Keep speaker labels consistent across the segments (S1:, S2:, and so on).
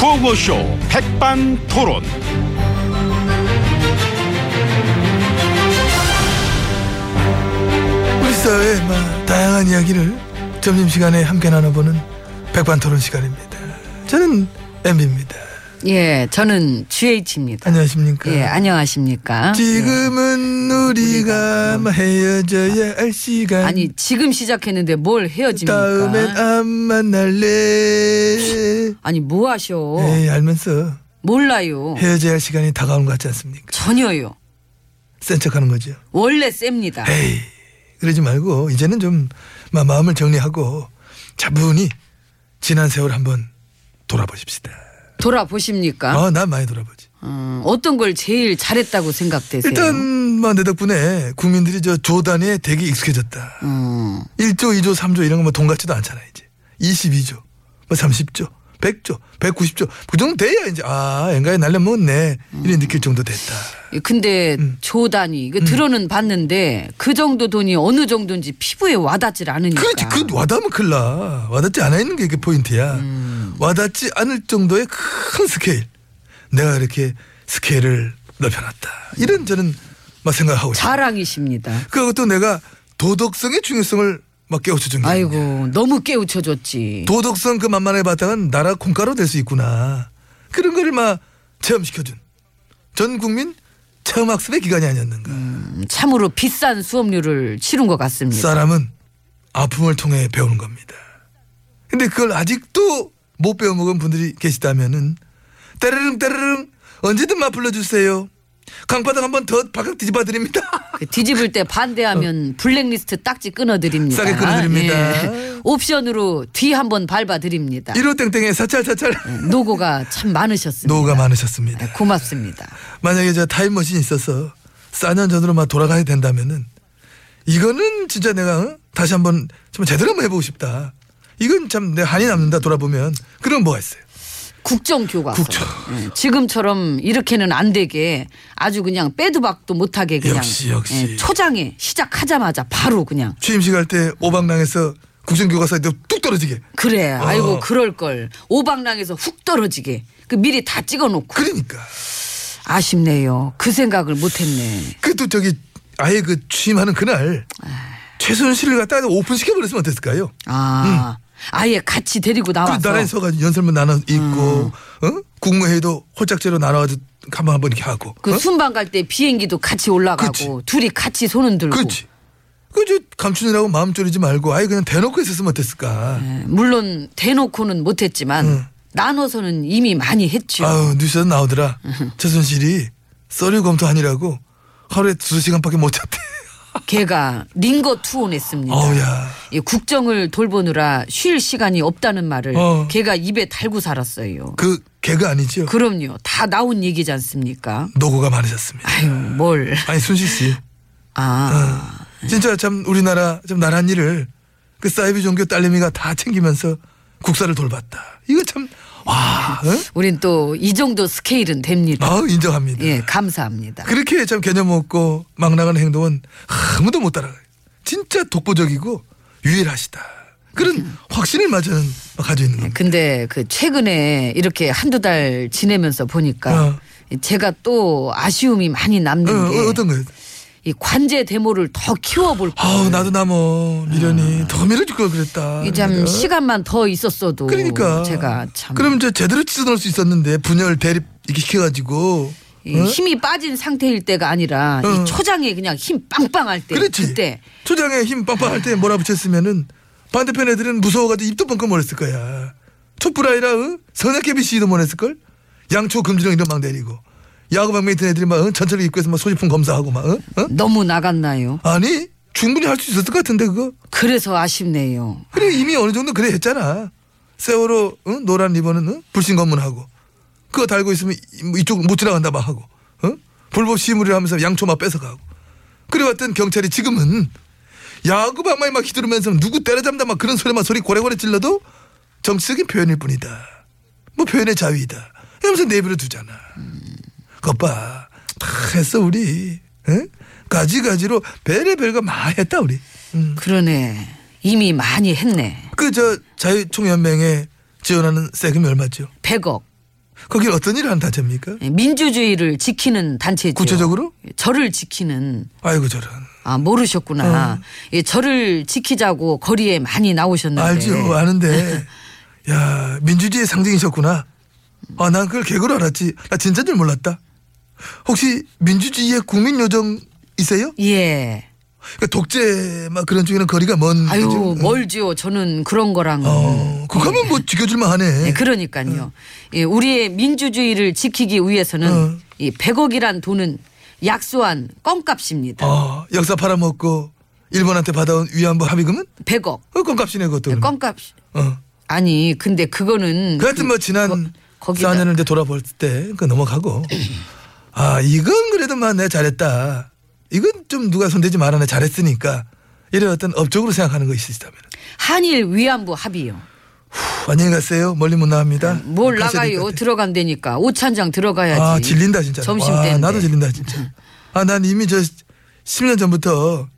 S1: 구호쇼 백반토론.
S2: 우리 사회의 막 다양한 이야기를 점심시간에 함께 나눠보는 백반토론 시간입니다. 저는 MB입니다.
S3: 예, 저는 GH입니다.
S2: 안녕하십니까?
S3: 예, 안녕하십니까?
S2: 지금은 우리가 막 헤어져야 할 시간
S3: 예. 아니 지금 시작했는데 뭘 헤어집니까?
S2: 다음엔 아- 안 만날래
S3: 아니 뭐 하셔?
S2: 에이 알면서
S3: 몰라요.
S2: 헤어져야 할 시간이 다가온 것 같지 않습니까?
S3: 전혀요.
S2: 센 척하는 거죠.
S3: 원래 셉니다.
S2: 에이 그러지 말고 이제는 좀 마- 마음을 정리하고 차분히 지난 세월 한번 돌아보십시다.
S3: 돌아보십니까?
S2: 아, 난 많이 돌아보지.
S3: 음, 어떤 걸 제일 잘했다고 생각되세요?
S2: 일단 뭐, 내 덕분에 국민들이 저 조단에 되게 익숙해졌다.
S3: 음, 1
S2: 1조, 2조, 3조 이런 거 뭐 돈 같지도 않잖아 이제. 22조, 뭐 30조, 100조, 190조 그 정도 돼야 이제 아 엔가에 날려먹었네 이래
S3: 음.
S2: 느낄 정도 됐다.
S3: 근데
S2: 음.
S3: 조단이 이거 들어는 봤는데 그 정도 돈이 어느 정도인지 피부에 와닿질 않으니까.
S2: 그렇지 그 와닿으면 큰일 나. 와닿지 않아 있는 게 이게 포인트야.
S3: 음.
S2: 와닿지 않을 정도의 큰 스케일. 내가 이렇게 스케일을 넓혀놨다. 이런 저는 막 생각하고 있어.
S3: 자랑이십니다.
S2: 그리고 또 내가 도덕성의 중요성을 막 깨우쳐준 거 아니야.
S3: 아이고 너무 깨우쳐줬지.
S2: 도덕성 그 만만의 바탕은 나라 콩가루 될 수 있구나. 그런 거를 막 체험시켜준 전 국민 체험학습의 기간이 아니었는가.
S3: 음, 예. 참으로 비싼 수업료를 치른 것 같습니다.
S2: 사람은 아픔을 통해 배우는 겁니다. 근데 그걸 아직도 못 배워먹은 분들이 계시다면은 따르릉 따르릉 언제든 막 불러주세요. 강바닥 한 번 더 바깥 뒤집어 드립니다.
S3: 그 뒤집을 때 반대하면 블랙리스트 딱지 끊어드립니다.
S2: 어. 싸게 끊어드립니다.
S3: 예. 옵션으로 뒤 한 번 밟아드립니다.
S2: 1호 땡땡에 사찰 사찰
S3: 예. 노고가 참 많으셨습니다.
S2: 노후가 많으셨습니다.
S3: 네, 고맙습니다.
S2: 만약에 저 타임머신이 있어서 싸년 전으로 막 돌아가야 된다면은 이거는 진짜 내가 어? 다시 한번 좀 제대로 한번 해보고 싶다. 이건 참 내 한이 남는다 돌아보면 그럼 뭐가 있어요?
S3: 국정교과서.
S2: 국정.
S3: 예, 지금처럼 이렇게는 안 되게 아주 그냥 빼도 박도 못하게 그냥
S2: 역시, 역시.
S3: 예, 초장에 시작하자마자 바로 그냥
S2: 취임식 할 때 오방랑에서 국정교과서에 뚝 떨어지게.
S3: 그래
S2: 어.
S3: 아이고 그럴 걸 오방랑에서 훅 떨어지게 그 미리 다 찍어놓고
S2: 그러니까
S3: 아쉽네요 그 생각을 못했네
S2: 그 또 저기 아예 그 취임하는 그날 최순실을 갖다 오픈 시켜버렸으면 어땠을까요?
S3: 아, 아예 음. 같이
S2: 음. 그
S3: 데리고 나와서
S2: 나라에 서가지고 연설문 나눠 있고 어? 국무회의도 홀짝제로 나눠가지고 한번 한번 이렇게 하고.
S3: 그
S2: 어?
S3: 순방 갈 때 비행기도 같이 올라가고
S2: 그치.
S3: 둘이 같이 손은 들고
S2: 그렇지. 그저 감추느라고 마음 졸이지 말고 아예 그냥 대놓고 했었으면 어땠을까.
S3: 예, 물론 대놓고는 못했지만 나눠서는 이미 많이 했죠.
S2: 아우 뉴스에 네 나오더라. 최순실이 서류 검토하느라고 하루에 두 시간밖에 못 잤대.
S3: 걔가 링거
S2: 네.
S3: 투혼했습니다.
S2: 어우야.
S3: 이 국정을 돌보느라 쉴 시간이 없다는 말을
S2: 어.
S3: 걔가 입에 달고 살았어요.
S2: 그 개가 아니죠.
S3: 그럼요. 다 나온 얘기지 않습니까?
S2: 노고가 많으셨습니다.
S3: 아유 뭘.
S2: 아니 순실 씨,
S3: 아.
S2: 진짜 참 우리나라 참 나란 일을 그 사이비 종교 딸내미가 다 챙기면서 국사를 돌봤다. 이거 참 와. 응?
S3: 우린 또 이 정도 스케일은 됩니다.
S2: 아우 인정합니다.
S3: 예, 감사합니다.
S2: 그렇게 참 개념 없고 막 나가는 행동은 아무도 못 따라가요. 진짜 독보적이고 유일하시다. 그런
S3: 음.
S2: 확신을 저는 가지고 있는 겁니다.
S3: 근데 그 최근에 이렇게 한두 달 지내면서 보니까 제가 또 아쉬움이 많이
S2: 어,
S3: 남는
S2: 어,
S3: 게
S2: 어떤 거예요?
S3: 이 관제 데모를 더 키워볼
S2: 아우 나도 나뭐 미련이 더 밀어줄 걸 그랬다.
S3: 네. 아. 이참
S2: 내가.
S3: 시간만 더 있었어도
S2: 그러니까
S3: 제가 참
S2: 그럼 저 제대로 찢어놓을 수 있었는데 분열 대립 이렇게 시켜가지고
S3: 이
S2: 어?
S3: 힘이 빠진 상태일 때가 아니라
S2: 어.
S3: 이 초장에 그냥 힘 빵빵할 때
S2: 그렇지.
S3: 때
S2: 초장에 힘 빵빵할 때 몰아붙였으면은 반대편 애들은 무서워가지고 입도 뻥끗 몰했을 어? 거야. 촛불 아니라 응? 선약개비 시위도 몰했을 걸. 양초 금지령 이런 망 내리고 야구 방망이 든 애들이 막 어? 전철역 입구에서 막 소지품 검사하고 막 어? 어?
S3: 너무 나갔나요?
S2: 아니 충분히 할 수 있었을 것 같은데 그거
S3: 그래서 아쉽네요.
S2: 그리고 이미 어느 정도 그래 했잖아 세월호 어? 노란 리본은 어? 불신 검문하고 그거 달고 있으면 이- 뭐 이쪽 못 지나간다 막 하고 어? 불법 시무리를 하면서 양초 막 뺏어가고 그래왔던 경찰이 지금은 야구 방망이 막 휘두르면서 누구 때려잡는다 막 그런 소리만 소리 고래고래 찔러도 정치적인 표현일 뿐이다 뭐 표현의 자유이다 이러면서 내비를 두잖아 그것 봐. 다 했어 우리. 에? 가지가지로 별의별거 다 했다 우리.
S3: 그러네. 이미 많이 했네.
S2: 그 저 자유총연맹에 지원하는 세금이 얼마죠?
S3: 100억.
S2: 거길 어떤 일을 한다입니까?
S3: 민주주의를 지키는 단체죠.
S2: 구체적으로?
S3: 저를 지키는
S2: 아이고 저런.
S3: 아 모르셨구나.
S2: 어.
S3: 예, 저를 지키자고 거리에 많이 나오셨는데.
S2: 알죠 아는데. 야 민주주의 의 상징이셨구나. 아 난 그걸 개그로 알았지. 나 진짜인 줄 몰랐다. 혹시 민주주의의 국민 요정이세요?
S3: 예.
S2: 그러니까 독재 막 그런 쪽에는 거리가 먼.
S3: 아유
S2: 거죠?
S3: 멀지요. 저는 그런 거랑.
S2: 음, 어, 그거면 뭐 죽여줄만 하네.
S3: 예, 그러니까요. 예, 우리의 민주주의를 지키기 위해서는
S2: 어.
S3: 이 100억이란 돈은 약소한 껌값입니다.
S2: 아, 역사 팔아먹고 일본한테 받아온 위안부 합의금은
S3: 100억. 예,
S2: 어, 껌값이네 그것도.
S3: 껌값.
S2: 어.
S3: 아니 근데 그거는
S2: 그 하여튼 뭐 지난
S3: 음, 거- 거기다-
S2: 4년을 이제 돌아볼 때 그 넘어가고 아 이건 그래도 막 내가 잘했다. 이건 좀 누가 손대지 말아 내 잘했으니까 이런 어떤 업적으로 생각하는 거 있으시다면
S3: 한일 위안부 합의요.
S2: 후, 안녕히 가세요. 멀리 못 나갑니다.
S3: 음, 뭘
S2: 어, 가셔야 될것
S3: 나가요?
S2: 같아.
S3: 들어간다니까 옷찬장 들어가야지.
S2: 아 질린다 진짜.
S3: 점심
S2: 와,
S3: 때
S2: 나도 질린다 진짜. 아 난 이미 저 10년 전부터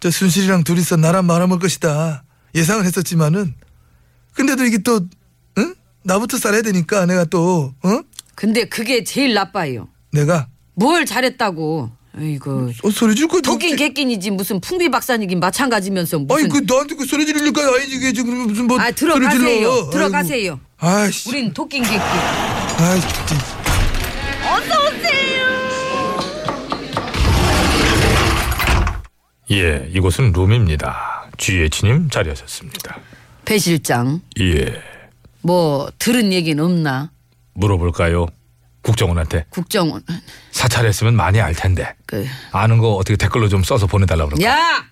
S2: 저 순실이랑 둘이서 나라 말아먹을 것이다 예상을 했었지만은 근데도 이게 또 응? 나부터 살아야 되니까 내가 또 응?
S3: 근데 그게 제일 나빠요.
S2: 내가
S3: 뭘 잘했다고. 이거
S2: 어, 소리 줄거
S3: 독인 객긴이지 무슨 풍비 박사님이긴 마찬가지면서 무슨
S2: 아니 그 나한테 그 소리 지를 거 아니지 그게 지금 무슨 뭐
S3: 아,
S2: 소리
S3: 들어가세요.
S2: 질러. 아이고.
S3: 들어가세요.
S2: 아이씨
S3: 우린 도끼인 객긴.
S2: 아이 진짜.
S4: 예, 이곳은 룸입니다. GH님 자리하셨습니다.
S3: 배 실장
S4: 예,
S3: 뭐 들은 얘기는 없나?
S4: 물어볼까요? 국정원한테
S3: 국정원
S4: 사찰했으면 많이 알 텐데
S3: 그
S4: 아는 거 어떻게 댓글로 좀 써서 보내달라 그러고.
S3: 야!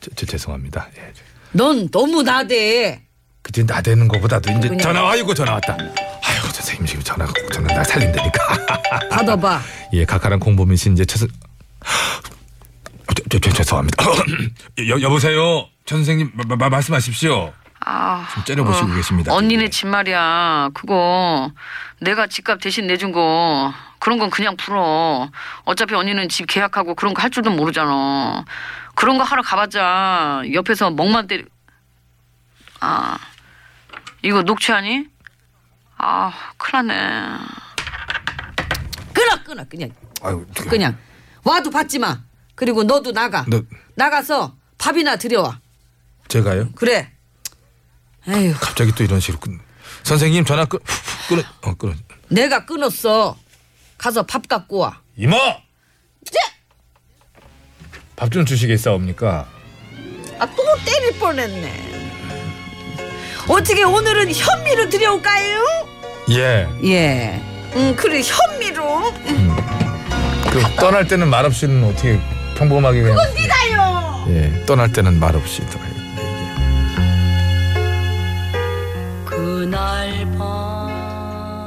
S4: 저, 저 죄송합니다. 예. 저-
S3: 넌 너무 나대.
S4: 그때 나대는 거보다도 이제
S3: 그냥-
S4: 전화 아이고 전화 왔다. 아이고 선생님 지금 전화가 전화 나 살린다니까.
S3: 받아봐.
S4: 예, 가카랑 콩보민 씨 이제 최선 저, 저, 저, 죄송합니다. 여, 여보세요, 천 선생님 마- 마- 말씀하십시오.
S3: 아,
S4: 좀 째려보시고 계십니다.
S3: 언니네 집 말이야. 그거 내가 집값 대신 내준 거 그런 건 그냥 풀어. 어차피 언니는 집 계약하고 그런 거 할 줄도 모르잖아. 그런 거 하러 가봤자 옆에서 멍만 때리. 아, 이거 녹취하니? 아, 큰일 났네. 끊어, 끊어, 그냥.
S4: 아유, 저-
S3: 그냥 와도 받지 마. 그리고 너도 나가.
S4: 네.
S3: 나가서 밥이나 들여와.
S4: 제가요?
S3: 그래. 에휴,
S4: 갑자기 또 이런 식으로 끊... 선생님 전화 끊 끊어 어 끊어
S3: 내가 끊었어. 가서 밥 갖고 와.
S4: 이모 예! 밥 좀 주시겠사옵니까?
S3: 아 또 때릴 뻔했네. 어떻게 오늘은 현미로 들여올까요?
S4: 예.
S3: 예. 음 그래 현미로.
S4: 그 떠날 때는 말 없이는 어떻게 평범하게 그냥. 그건 니다요. 예. 떠날 때는 말 없이 떠.
S3: 그날 밤.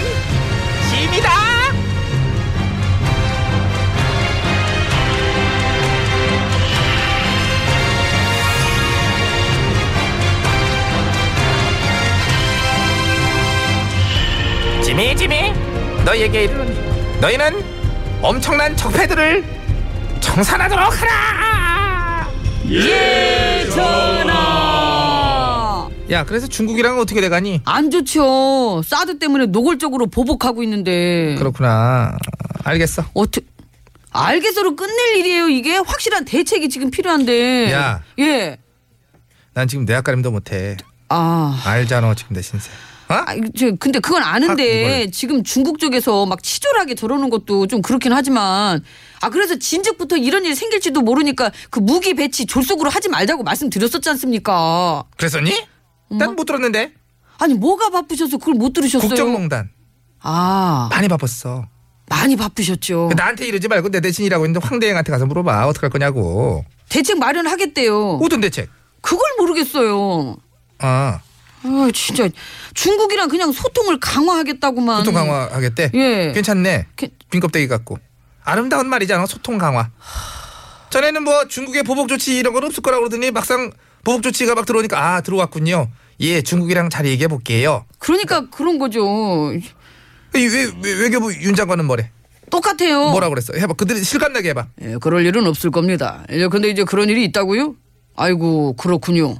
S5: 있습니다. 지미 지미 너희에게 이르노니 너희는 엄청난 적폐들을 청산하도록 하라. 야 그래서 중국이랑 어떻게 돼가니?
S3: 안 좋죠. 사드 때문에 노골적으로 보복하고 있는데.
S5: 그렇구나. 알겠어.
S3: 어떻게 알겠어로 끝낼 일이에요. 이게 확실한 대책이 지금 필요한데.
S5: 야.
S3: 예.
S5: 난 지금 내학가림도 못해.
S3: 아.
S5: 알잖아 지금 내 신세. 어?
S3: 아, 이거 저, 근데 그건
S5: 아,
S3: 아는데
S5: 이걸.
S3: 지금 중국 쪽에서 막 치졸하게 저러는 것도 좀 그렇긴 하지만 아 그래서 진즉부터 이런 일이 생길지도 모르니까 그 무기 배치 졸속으로 하지 말자고 말씀드렸었지 않습니까?
S5: 그랬었니?
S3: 음.
S5: 난 못 들었는데.
S3: 아니 뭐가 바쁘셔서 그걸 못 들으셨어요?
S5: 국정농단
S3: 아 어.
S5: 많이 바빴어.
S3: 많이 바쁘셨죠.
S5: 나한테 이러지 말고 내 대신 일하고 있는데 황대행한테 가서 물어봐 어떡할 거냐고.
S3: 대책 마련하겠대요.
S5: 어떤 대책?
S3: 그걸 모르겠어요.
S5: 아
S3: 아 진짜 중국이랑 그냥 소통을 강화하겠다고만.
S5: 소통 강화하겠대.
S3: 예.
S5: 괜찮네.
S3: 괜-
S5: 빈껍데기 같고 아름다운 말이잖아 소통 강화. 전에는 뭐 중국의 보복 조치 이런 건 없을 거라고 그러더니 막상 보복 조치가 막 들어오니까 아 들어왔군요. 예 중국이랑 잘 얘기해 볼게요.
S3: 그러니까 그런 거죠.
S5: 이 외- 외- 외교부 윤 장관은 뭐래?
S3: 똑같아요.
S5: 뭐라 그랬어? 해봐. 그들이 실감나게 해봐.
S3: 예, 그럴 일은 없을 겁니다. 예, 근데 이제 그런 일이 있다고요? 아이고, 그렇군요.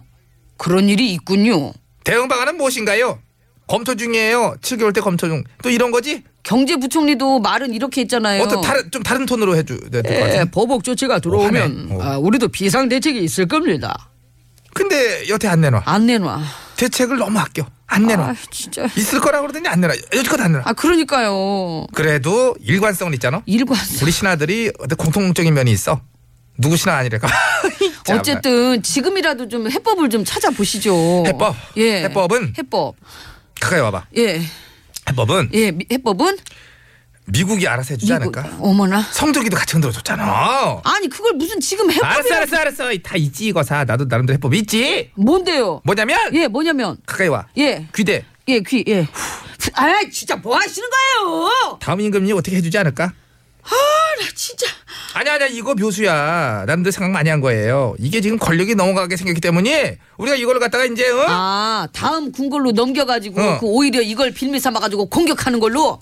S3: 그런 일이 있군요.
S5: 대응 방안은 무엇인가요? 검토 중이에요. 7개월 때 검토 중. 또 이런 거지?
S3: 경제부총리도 말은 이렇게 했잖아요.
S5: 어떤 다른 좀 다른 톤으로 해줘. 될것
S3: 예,
S5: 같은데.
S3: 보복 조치가 들어오면
S5: 화내. 어.
S3: 아, 우리도 비상 대책이 있을 겁니다.
S5: 근데 여태 안 내놔.
S3: 안 내놔.
S5: 대책을 너무 아껴. 안 내놔.
S3: 아, 진짜.
S5: 있을 거라고 그러더니 안 내놔. 여태껏 안 내놔.
S3: 아, 그러니까요.
S5: 그래도 일관성은 있잖아.
S3: 일관성.
S5: 우리 신하들이 어떤 공통적인 면이 있어. 누구 신하 아니랄까. 자, 네.
S3: 어쨌든 지금이라도 좀 해법을 좀 찾아보시죠.
S5: 해법?
S3: 예.
S5: 해법은?
S3: 해법.
S5: 가까이 와봐.
S3: 예.
S5: 해법은
S3: 예. 미- 해법은
S5: 미국이 알아서 해주지 않을까.
S3: 어머나.
S5: 성적이도 같이 흔들어줬잖아.
S3: 아니 그걸 무슨 지금 해법이
S5: 알았어 알았어 알았어. 다 있지 이거사. 나도 나름대로 해법 있지.
S3: 뭔데요?
S5: 뭐냐면
S3: 예, 뭐냐면
S5: 가까이 와.
S3: 예.
S5: 귀대.
S3: 예, 귀, 예. 아, 진짜 뭐 하시는 거예요?
S5: 다음 임금이 어떻게 해주지 않을까?
S3: 나 진짜.
S5: 아니 아니야 이거 묘수야 남들 생각 많이 한 거예요 이게 지금 권력이 넘어가게 생겼기 때문에 우리가 이걸 갖다가 이제 어?
S3: 아, 다음 궁궐로 넘겨가지고
S5: 어.
S3: 그 오히려 이걸 빌미 삼아가지고 공격하는 걸로.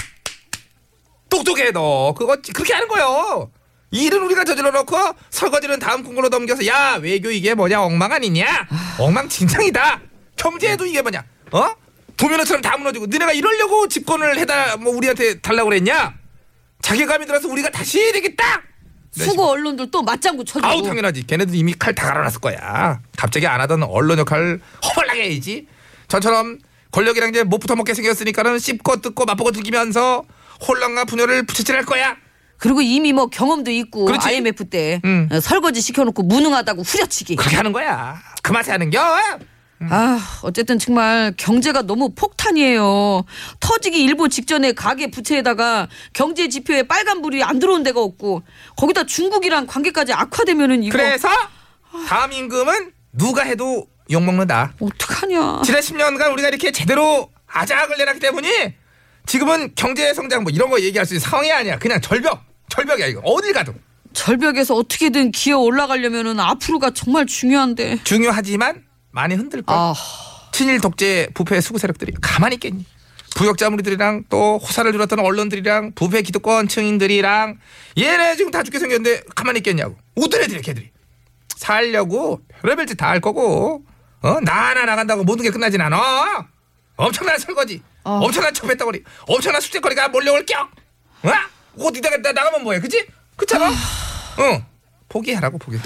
S5: 똑똑해 너 그거 그렇게 하는 거요 이 일은 우리가 저질러 놓고 설거지는 다음 궁궐로 넘겨서 야 외교 이게 뭐냐 엉망 아니냐 엉망진창이다 경제에도 이게 뭐냐 어 도면처럼 다 무너지고 너네가 이러려고 집권을 해다 뭐 우리한테 달라고 그랬냐 자괴감이 들어서 우리가 다시 되겠다
S3: 수고 언론들 또 맞장구 쳐주고.
S5: 네, 아우 당연하지. 걔네들 이미 칼 다 갈아놨을 거야. 갑자기 안 하던 언론 역할을 허벌나게 해야지. 저처럼 권력이랑 이제 못 붙어먹게 생겼으니까는 씹고 뜯고 맛보고 즐기면서 혼란과 분열을 부채질할 거야.
S3: 그리고 이미 뭐 경험도 있고
S5: 그렇지. 음.
S3: IMF 때
S5: 응.
S3: 어, 설거지 시켜놓고 무능하다고 후려치기.
S5: 그렇게 하는 거야. 그 맛에 하는 겨. 음.
S3: 아, 어쨌든 정말 경제가 너무 폭탄이에요. 터지기 일보 직전에 가계 부채에다가 경제 지표에 빨간 불이 안 들어온 데가 없고 거기다 중국이랑 관계까지 악화되면은 이거
S5: 그래서 다음 임금은 누가 해도 욕먹는다.
S3: 어떡하냐.
S5: 지난 10년간 우리가 이렇게 제대로 아작을 내놨기 때문에 지금은 경제 성장 뭐 이런 거 얘기할 수 있는 상황이 아니야. 그냥 절벽. 절벽이야 이거. 어딜 가도.
S3: 절벽에서 어떻게든 기어 올라가려면은 앞으로가 정말 중요한데.
S5: 중요하지만 많이 흔들 거야.
S3: 아,
S5: 친일 독재 부패 수구 세력들이 가만히 있겠니? 부역자 무리들이랑 또 호사를 누렸던 언론들이랑 부패 기득권 층인들이랑 얘네 지금 다 죽게 생겼는데 가만히 있겠냐고 웃던 애들이 걔들이 살려고 별의별 짓 다 할 거고 어? 나나 나간다고 모든 게 끝나진 않아 엄청난 설거지 엄청난 첩배덩어리 엄청난 숙제거리가 몰려올 격 어? 어디다가 나- 나가면 뭐해 그치? 그렇잖아 응 포기하라고 포기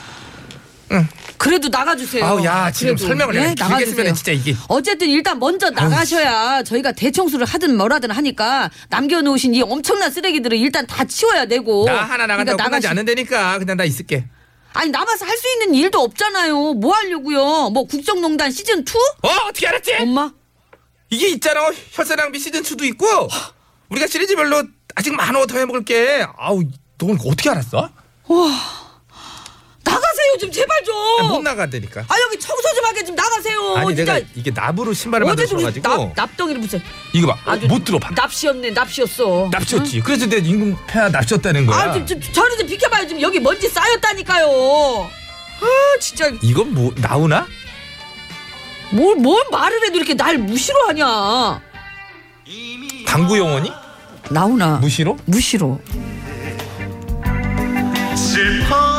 S3: 그래도 나가주세요.
S5: 아우, 야, 지금 설명을
S3: 예,
S5: 내가 길게
S3: 나가주세요.
S5: 쓰면은 진짜 이게.
S3: 어쨌든 일단 먼저 나가셔야 저희가 대청소를 하든 뭐라든 하니까 남겨놓으신 이 엄청난 쓰레기들을 일단 다 치워야 되고.
S5: 나 하나 나간다고
S3: 그러니까
S5: 끝나지
S3: 나가시-
S5: 않는다니까 그냥 나 있을게
S3: 아니 남아서 할 수 있는 일도 없잖아요. 뭐 하려고요? 뭐 국정농단 시즌 2?
S5: 어 어떻게 알았지?
S3: 엄마?
S5: 이게 있잖아 혈세낭비 시즌 2도 있고 우리가 시리즈별로 아직 아, 많어 더 해먹을 게 아우 넌 어떻게 알았어?
S3: 나가세요. 나가세요 좀 제발 좀.
S5: 못 나가다니까.
S3: 아 여기 청소 좀 하게 좀 나가세요.
S5: 아니
S3: 진짜
S5: 내가 이게 납으로 신발을 만들어
S3: 어제도 우리
S5: 가지고
S3: 납 납덩이를 무슨
S5: 이거 봐. 못 들어 봐.
S3: 납시였네 납시였어.
S5: 납치였지. 그래서 내 임금 폐하 납치였다는 거야.
S3: 아좀 좀, 저를 좀 비켜봐요 좀 여기 먼지 쌓였다니까요. 아 진짜
S5: 이건 뭐 나오나?
S3: 뭘 뭔 말을 해도 이렇게 날 무시로 하냐.
S5: 당구 용어니?
S3: 나오나
S5: 무시로?
S3: 무시로.
S1: 슬퍼